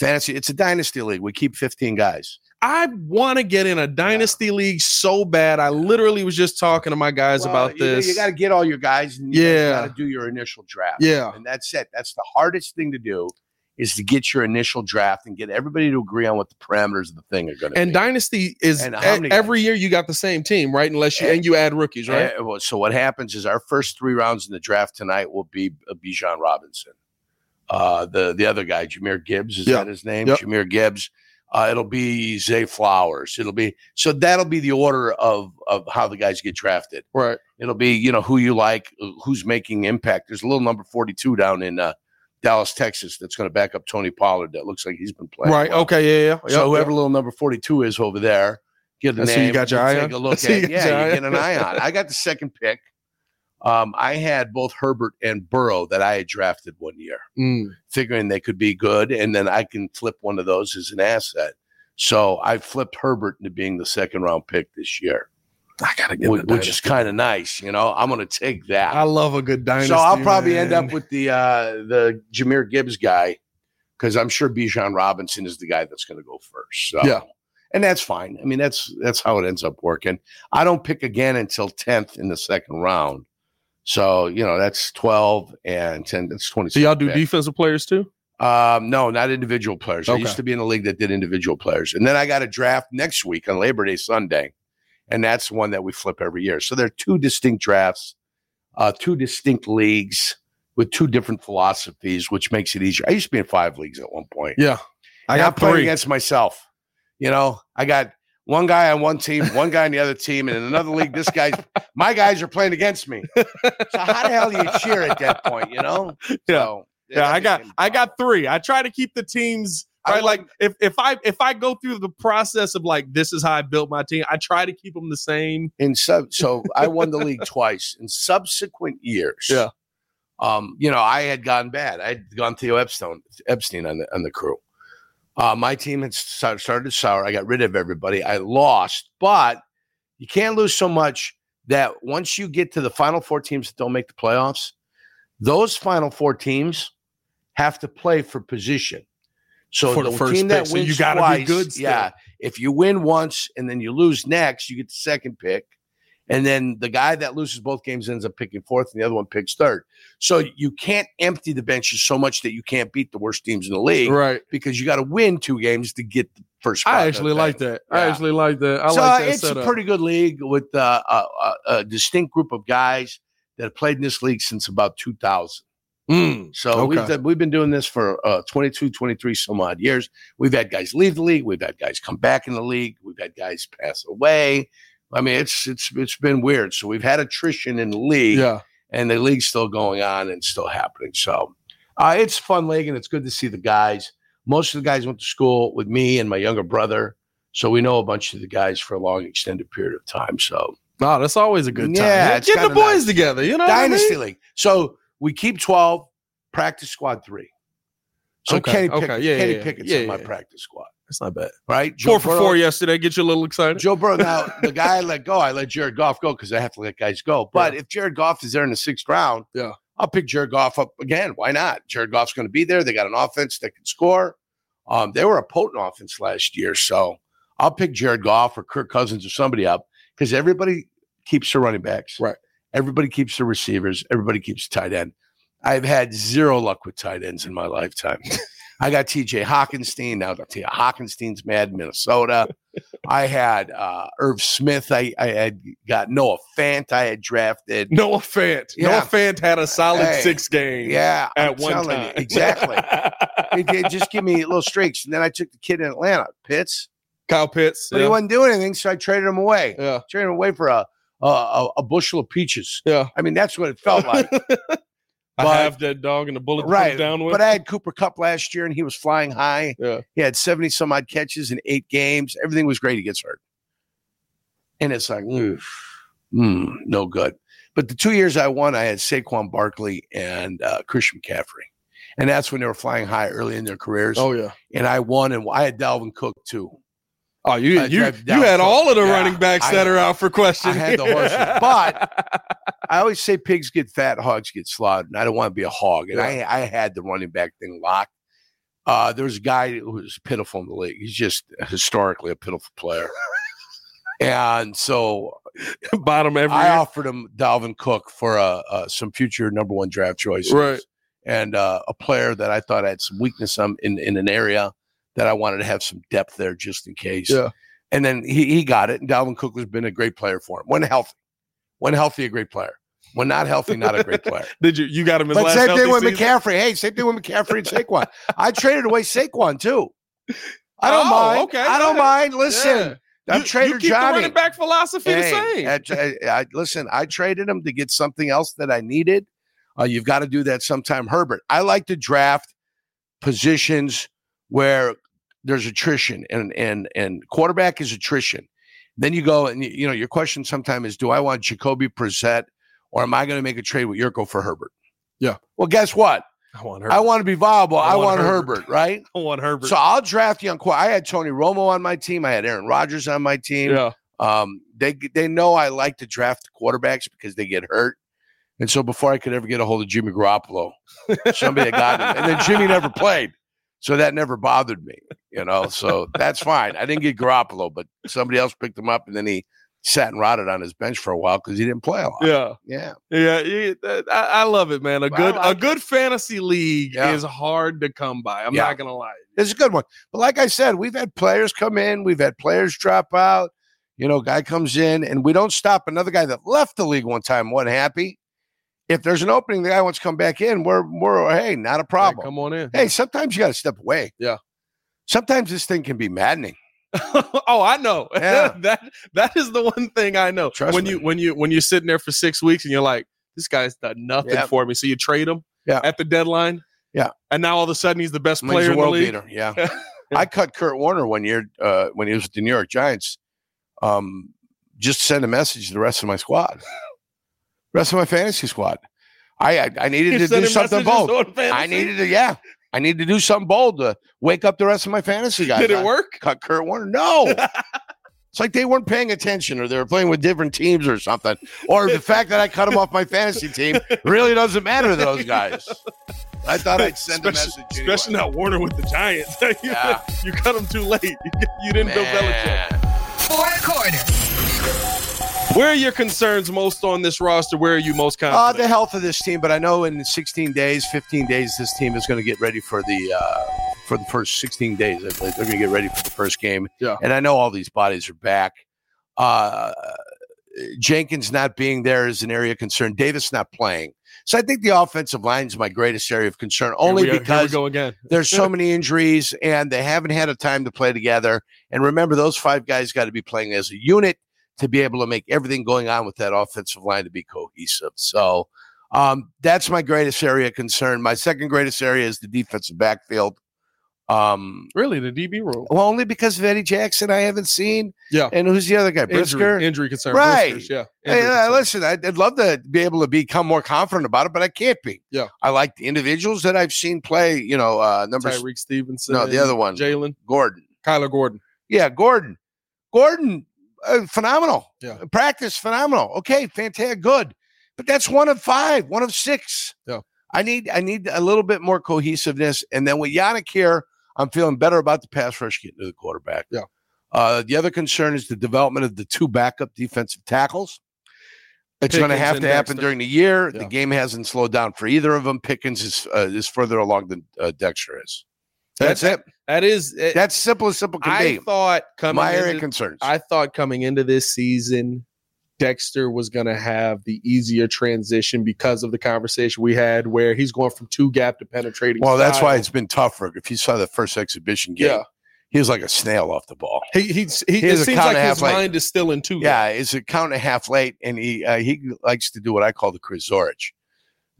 Fantasy, it's a dynasty league. We keep 15 guys. I want to get in a dynasty league so bad. I literally was just talking to my guys Well, about you know, this. You, got to get all your guys. And you Yeah. got to do your initial draft. yeah. and that's it. That's the hardest thing to do is to get your initial draft and get everybody to agree on what the parameters of the thing are going to be. And dynasty is And e- how many Eh, every guys? year you got the same team, right? Unless you Yeah. and you add rookies, right? Uh, well, so what happens is our first three rounds in the draft tonight will be uh, Bijan Robinson. Uh, the the other guy, Jameer Gibbs, is Yeah. that his name? Yep. Jameer Gibbs. Uh, it'll be Zay Flowers. It'll be so that'll be the order of of how the guys get drafted. Right. It'll be you know who you like, uh, who's making impact. There's a little number 42 down in uh, Dallas, Texas, that's going to back up Tony Pollard. That looks like he's been playing. Right. well. Okay. Yeah. Yeah. So Yep, whoever yep. little number 42 is over there, get the That's who you name. got your we'll eye take on? a look That's who at. you got your yeah, eye you get an on? eye on. I got the second pick. Um, I had both Herbert and Burrow that I had drafted one year, Mm. figuring they could be good, and then I can flip one of those as an asset. So I flipped Herbert into being the second round pick this year, I gotta get whi- the which dynasty. is kind of nice. You know, I'm going to take that. I love a good dynasty. So I'll probably end man. up with the uh, the Jameer Gibbs guy because I'm sure Bijan Robinson is the guy that's going to go first. So. Yeah. and that's fine. I mean, that's that's how it ends up working. I don't pick again until tenth in the second round. So you know that's twelve and ten. That's twenty. So y'all do defensive players too? Um, no, not individual players. I Okay. used to be in a league that did individual players, and then I got a draft next week on Labor Day Sunday, and that's one that we flip every year. So there are two distinct drafts, uh, two distinct leagues with two different philosophies, which makes it easier. I used to be in five leagues at one point. Yeah. I And I'm got playing three. against myself. You know, I got one guy on one team, one guy on the other team, and in another league, this guy's my guys are playing against me. So how the hell do you cheer at that point? You know? Yeah. So, Yeah, that I got became a I problem. got three. I try to keep the teams I right. Like wouldn't- if if I if I go through the process of like this is how I built my team, I try to keep them the same. in sub so I won the league twice in subsequent years. Yeah. Um, you know, I had gone bad. I had gone Theo Epstein Epstein on the on the crew. Uh, my team had sta- started sour. I got rid of everybody. I lost, but you can't lose so much that once you get to the final four teams that don't make the playoffs, those final four teams have to play for position. So For the first team pick, that so wins you gotta be twice, good still. Yeah, if you win once and then you lose next, you get the second pick, and then the guy that loses both games ends up picking fourth, and the other one picks third. So you can't empty the benches so much that you can't beat the worst teams in the league Right. because you got to win two games to get the first. Spot I in actually the like thing. that. I Yeah. actually like that. I so uh, like that it's setup. a pretty good league with uh, a, a, a distinct group of guys that have played in this league since about 2000. Mm. So we've, Okay. done, we've been doing this for uh, 22, 23 some odd years. We've had guys leave the league. We've had guys come back in the league. We've had guys pass away. I mean, it's it's it's been weird. So we've had attrition in the league, Yeah. and the league's still going on and still happening. So uh, it's a fun league, and it's good to see the guys. Most of the guys went to school with me and my younger brother, so we know a bunch of the guys for a long, extended period of time. So No, that's always a good time. Yeah, it's Get the kinda boys nice. together. You know, Dynasty What League. So we keep 12, practice squad three. So Okay, Kenny, okay, Pickett, yeah, yeah, Kenny yeah, Pickett's yeah, in my yeah. practice squad, It's not bad. right? Four for Burrow- four yesterday. Get you a little excited. Joe Burrow. Now, the guy I let go, I let Jared Goff go because I have to let guys go. But if Jared Goff is there in the sixth round, Yeah. I'll pick Jared Goff up again. Why not? Jared Goff's going to be there. They got an offense that can score. Um, they were a potent offense last year. So I'll pick Jared Goff or Kirk Cousins or somebody up because everybody keeps their running backs. Right. Everybody keeps their receivers. Everybody keeps tight end. I've had zero luck with tight ends in my lifetime. I got TJ Hawkinstein. Now T. Hawkinstein's mad in Minnesota. I had uh, Irv Smith. I, I had got Noah Fant. I had drafted. Noah Fant. Yeah. Noah Fant had a solid Hey. six games. Yeah, At I'm one telling you, time. exactly. It- it just give me little streaks, and then I took the kid in Atlanta, Pitts, Kyle Pitts. but he Yeah. wasn't doing anything, so I traded him away. yeah. Traded him away for a a- a, a bushel of peaches. Yeah. I mean, that's what it felt like. I But- have that dog and the bullet to put it Right, down with. but I had Cooper Cup last year, and he was flying high. Yeah. He had seventy some odd catches in eight games. Everything was great. He gets hurt, and it's like, oof, mm, no good. But the two years I won, I had Saquon Barkley and uh, Christian McCaffrey, and that's when they were flying high early in their careers. oh yeah. And I won, and I had Dalvin Cook too. Oh, you I you, drive you down had for- all of the yeah, running backs I- that are out for question. I had the horses, but- I always say pigs get fat, hogs get slaughtered, and I don't want to be a hog. And I, I had the running back thing locked. Uh, there was a guy who was pitiful in the league. He's just historically a pitiful player. and so bottom every I year. offered him Dalvin Cook for uh, uh, some future number one draft choices. Right. And uh, a player that I thought had some weakness um, in, in an area that I wanted to have some depth there just in case. Yeah. And then he, he got it. And Dalvin Cook has been a great player for him. When healthy. When healthy, a great player. When not healthy, not a great player. Did you you got him in But last same healthy thing with season? McCaffrey. Hey, same thing with McCaffrey and Saquon. I traded away Saquon too. I don't Oh, mind. okay, I don't yeah. mind. Listen, Yeah. I'm you, Trader you keep Johnny. The running back philosophy the Hey, same. I- eh, I- I- listen, I traded him to get something else that I needed. Uh, you've got to do that sometime, Herbert. I like to draft positions where there's attrition, and and and quarterback is attrition. Then you go and you, you know your question sometime is, do I want Jacoby Brissett or am I going to make a trade with Yurko for Herbert? Yeah. Well, guess what? I want I want to be viable. I, want, Herbert, right? I want Herbert. So I'll draft young. Qu- I had Tony Romo on my team. I had Aaron Rodgers on my team. yeah. Um, they they know I like to draft quarterbacks because they get hurt. And so before I could ever get a hold of Jimmy Garoppolo, somebody had got him. And then Jimmy never played. So that never bothered me, you know. So that's fine. I didn't get Garoppolo, but somebody else picked him up and then he sat and rotted on his bench for a while because he didn't play a lot. Yeah. yeah. Yeah, you- uh, I, I love it, man. A I good like a good fantasy league Yeah. is hard to come by. I'm Yeah. not gonna lie. It's a good one. But like I said, we've had players come in, we've had players drop out. You know, guy comes in, and we don't stop. Another guy that left the league one time wasn't happy. If there's an opening, the guy wants to come back in. We're we're hey, not a Like, problem. come on in. hey, sometimes you got to step away. Yeah. Sometimes this thing can be maddening. oh, I know. Yeah. that that is the one thing I know. Trust when me. you when you when you're sitting there for six weeks and you're like, this guy's done nothing Yep. for me. So you trade him Yeah. at the deadline. Yeah. And now all of a sudden he's the best I mean, he's player a in the world league. beater. Yeah. I cut Kurt Warner one year uh, when he was with the New York Giants. Um, just to send a message to the rest of my squad, rest of my fantasy squad. I I, I needed to do something bold. I needed to, yeah. I needed to do something bold to wake up the rest of my fantasy guys. Did I it work? Cut Kurt Warner. No. it's like they weren't paying attention or they were playing with different teams or something. Or the fact that I cut them off my fantasy team really doesn't matter to those guys. I thought I'd send a message. Anyway. especially not Warner with the Giants. you, Yeah. you cut him too late. You, you didn't build Belichick. Man. Fourth quarter. Where are your concerns most on this roster? Where are you most Uh, confident? the health of this team, but I know in 16 days, 15 days, this team is going to get ready for the uh, for the first 16 days. I believe They're going to get ready for the first game. Yeah. And I know all these bodies are back. Uh, Jenkins not being there is an area of concern. Davis not playing. So I think the offensive line is my greatest area of concern, Here only we are- here we because go again. there's so many injuries and they haven't had a time to play together. And remember, those five guys got to be playing as a unit to be able to make everything going on with that offensive line to be cohesive. So um, that's my greatest area of concern. My second greatest area is the defensive backfield. Um, Really, the DB rule. well, only because of Eddie Jackson, I haven't seen. Yeah. And who's the other guy? Brisker? Injury, injury concern. Right. Briskers, yeah. Hey, Injury uh, concern. listen, I'd, I'd love to be able to become more confident about it, but I can't be. Yeah. I like the individuals that I've seen play, you know, uh, number Tyreek Stevenson. No, the other one. Jalen. Gordon. Kyler Gordon. Yeah, Gordon. Gordon, uh, phenomenal. Yeah. Practice, phenomenal. Okay, fantastic, good. But that's one of five, one of six. Yeah. I need I need a little bit more cohesiveness. And then with Yannick here, I'm feeling better about the pass rush getting to the quarterback. Yeah. Uh, the other concern is the development of the two backup defensive tackles. It's going to Pickens have and to happen Dexter. during the year. Yeah. The game hasn't slowed down for either of them. Pickens is uh, is further along than uh, Dexter is. That's That- it. That is. It, That's simple as simple can I be. thought coming My area into- of concerns. I thought coming into this season, Dexter was going to have the easier transition because of the conversation we had where he's going from two gap to penetrating. Well, that's why style. it's been tougher. If you saw the first exhibition game, Yeah. he was like a snail off the ball. he he's, he, He it is a seems count like and a his half late. mind is still in two. Yeah, it's a count and a half late, and he uh, he likes to do what I call the Chris Zorich.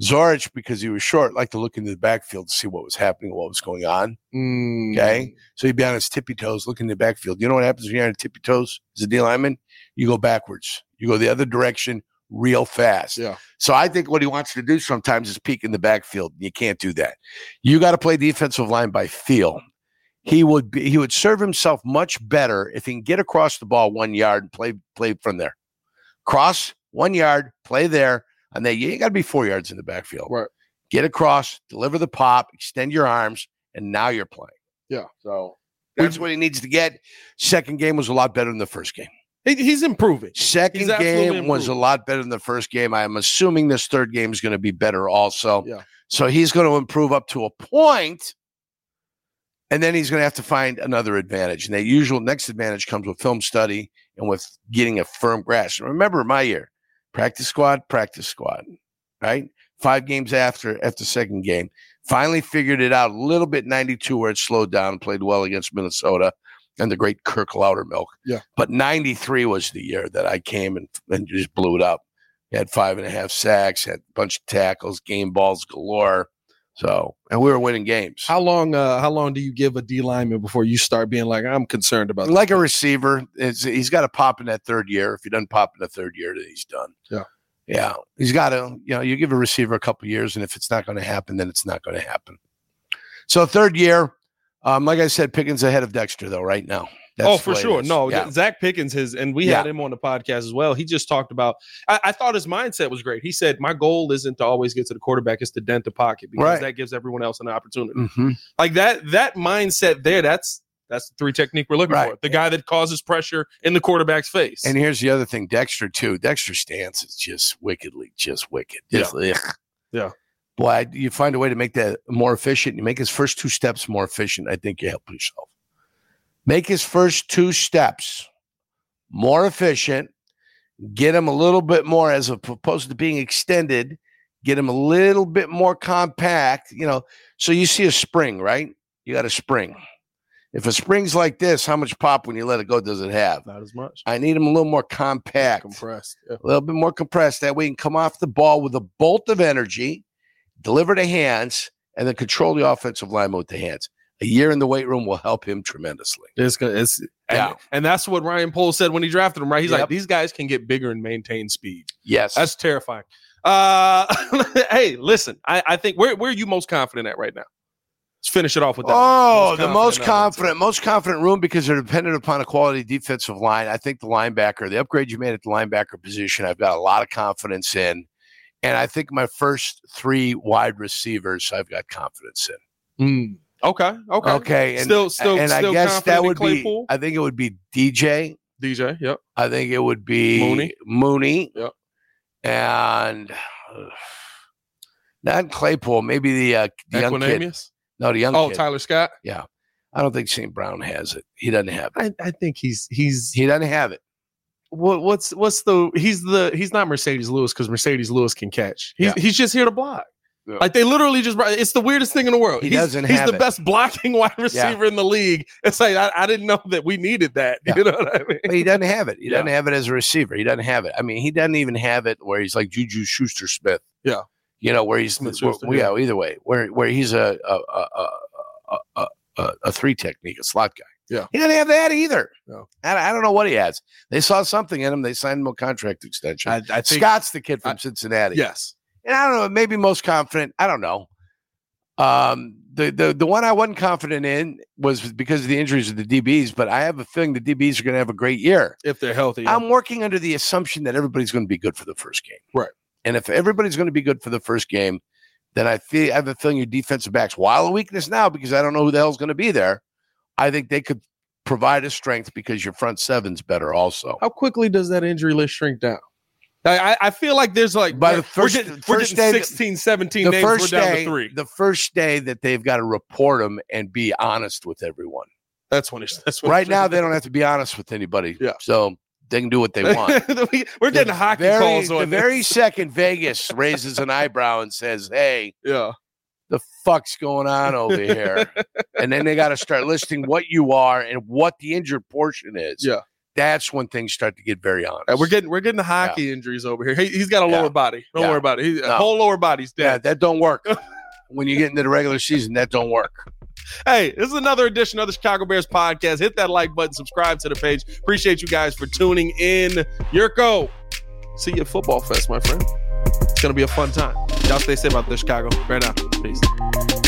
Zorich, because he was short, liked to look into the backfield to see what was happening, what was going on. Mm. Okay, so he'd be on his tippy toes, looking in the backfield. You know what happens when you're on your tippy toes as a D lineman? You go backwards. You go the other direction real fast. Yeah. So I think what he wants to do sometimes is peek in the backfield. You can't do that. You got to play defensive line by feel. He would be, he would serve himself much better if he can get across the ball one yard and play play from there. Cross one yard, play there, and then you ain't got to be four yards in the backfield. Right. Get across, deliver the pop, extend your arms, and now you're playing. Yeah. So that's what he needs to get. Second game was a lot better than the first game. He, he's improving. Second absolutely game was a improved. lot better than the first game. I'm assuming this third game is going to be better also. Yeah. So he's going to improve up to a point, and then he's going to have to find another advantage. And that usual next advantage comes with film study and with getting a firm grasp. Remember my year, practice squad, practice squad, right? Five games after after second game, finally figured it out a little bit. 92 where it slowed down, played well against Minnesota and the great Kirk Loudermilk. Yeah. But 93 was the year that I came and, and just blew it up. Had five and a half sacks, had a bunch of tackles, game balls galore. So, and we were winning games. How long? Uh, how long do you give a D lineman before you start being like, I'm concerned about? like a receiver, it's, he's got to pop in that third year. If he doesn't pop in the third year, then he's done. Yeah. Yeah. He's got to, you know, you give a receiver a couple years, and if it's not going to happen, then it's not going to happen. So, third year, um, like I said, Pickens ahead of Dexter, though, right now. That's oh, the for way it sure. is. No, Yeah. Zach Pickens has, and we had him on the podcast as well. He just talked about. I, I thought his mindset was great. He said, "My goal isn't to always get to the quarterback; it's to dent the pocket because Right. that gives everyone else an opportunity." Mhm. Like that. That mindset there. That's that's the three technique we're looking Right. for. The guy that causes pressure in the quarterback's face. And here's the other thing, Dexter too. Dexter's stance is just wickedly, just wicked. Just, ugh. Yeah. Boy, I- you find a way to make that more efficient. You make his first two steps more efficient. I think you help yourself. Make his first two steps more efficient. Get him a little bit more as opposed to being extended. Get him a little bit more compact. You know, so you see a spring, right? You got a spring. If a spring's like this, how much pop when you let it go does it have? not as much I need him a little more compact, compressed. Yeah. a little bit more compressed. That way, he can come off the ball with a bolt of energy, deliver to hands, and then control the offensive line with the hands. A year in the weight room will help him tremendously. It's gonna. It's and, Yeah. and that's what Ryan Pohl said when he drafted him. Right? He's like, Yep. these guys can get bigger and maintain speed. Yes, That's terrifying. Uh, hey, listen, I, I think where where are you most confident at right now? Let's finish it off with that. Oh, one. the most confident confident, most confident room because they're dependent upon a quality defensive line. I think the linebacker, the upgrade you made at the linebacker position, I've got a lot of confidence in. And I think my first three wide receivers, I've got confidence in. Mm. Okay. Okay. Hmm. Okay, and still, still, and still I guess confident that in would Claypool. be. I think it would be DJ. DJ. Yep. I think it would be Mooney. Mooney. Yep. And uh, not Claypool. Maybe the uh, the young kid. Equinemius. No, the young Oh, kid. Tyler Scott. I don't think St. Brown has it. He doesn't have it. I, I think he's he's He doesn't have it. what, what's what's the he's the he's not Mercedes Lewis because Mercedes Lewis can catch. He's he's just here to block. Yeah. Like they literally just brought- it's the weirdest thing in the world. He he's, doesn't he's have the it. best blocking wide receiver in the league. It's like I, I didn't know that we needed that. Yeah. You know what I mean? But he doesn't have it. He Yeah. doesn't have it as a receiver. He doesn't have it. I mean, he doesn't even have it where he's like Juju Schuster Smith. Yeah. You know, where he's, Smith where, Schuster, yeah, either way, where where he's a, a, a, a, a, a, a three technique, a slot guy. Yeah. He doesn't have that either. No. I, I don't know what he has. They saw something in him. They signed him a contract extension. I, I think Scott's the kid from I- Cincinnati. yes. and I don't know, maybe most confident. I don't know. Um, the the the one I wasn't confident in was because of the injuries of the DBs, but I have a feeling the DBs are going to have a great year. If they're healthy. I'm working under the assumption that everybody's going to be good for the first game, Right. And if everybody's going to be good for the first game, then I feel I have a feeling your defensive backs, while a weakness now because I don't know who the hell's going to be there, I think they could provide a strength because your front seven's better also. How quickly does that injury list shrink down? I, I- I feel like there's like By the we're- first- we're getting, the we're first getting day- 16, 17 the names. first we're down day, to three. the first day that they've got to report them and be honest with everyone. that's when it's that's when Right now, they don't have to be honest with anybody, Yeah. so they can do what they want. we're getting The hockey very- calls on the this. very second Vegas raises an eyebrow and says, "Hey, yeah. the fuck's going on over here?" and then they got to start listing what you are and what the injured portion is. Yeah. that's when things start to get very honest. And Uh, we're getting we're getting the hockey injuries over here. He, he's got a Yeah. lower body. Don't Yeah. worry about it. He, No. Whole lower body's yeah, dead. that don't work. when you get into the regular season, that don't work. Hey, this is another edition of the Chicago Bears podcast. Hit that like button. Subscribe to the page. Appreciate you guys for tuning in. Yurko, see you at Football Fest, my friend. It's gonna be a fun time. Y'all stay safe out there, Chicago. Right now, peace.